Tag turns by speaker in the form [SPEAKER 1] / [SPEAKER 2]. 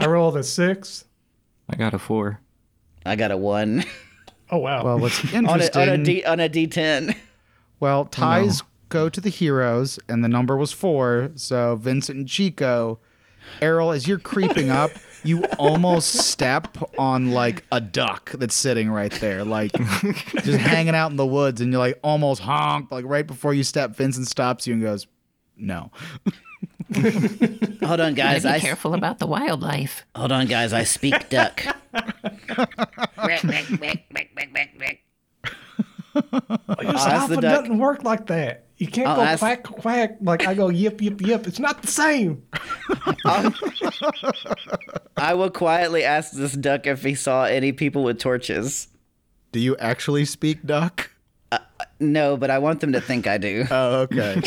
[SPEAKER 1] I rolled a six.
[SPEAKER 2] I got a four.
[SPEAKER 3] I got a one
[SPEAKER 1] Oh wow.
[SPEAKER 4] Well, what's
[SPEAKER 3] on a
[SPEAKER 4] interesting?
[SPEAKER 3] on a D on a D ten.
[SPEAKER 4] well, ties go to the heroes, and the number was four. So Vincent and Chico, Errol, as you're creeping up, you almost step on like a duck that's sitting right there, like just hanging out in the woods, and you're like almost honk, like right before you step, Vincent stops you and goes, "No."
[SPEAKER 3] Hold on, guys.
[SPEAKER 5] Be
[SPEAKER 3] I s-
[SPEAKER 5] careful about the wildlife.
[SPEAKER 3] hold on, guys. I speak duck.
[SPEAKER 1] Your
[SPEAKER 3] Oh, that's the
[SPEAKER 1] siphon
[SPEAKER 3] duck.
[SPEAKER 1] doesn't work like that. You can't
[SPEAKER 3] Oh,
[SPEAKER 1] go
[SPEAKER 3] that's-
[SPEAKER 1] quack quack like I go yip yip yip. It's not the same.
[SPEAKER 3] I will quietly ask this duck if he saw any people with torches.
[SPEAKER 4] Do you actually speak duck?
[SPEAKER 3] No, but I want them to think I do.
[SPEAKER 4] Oh, okay.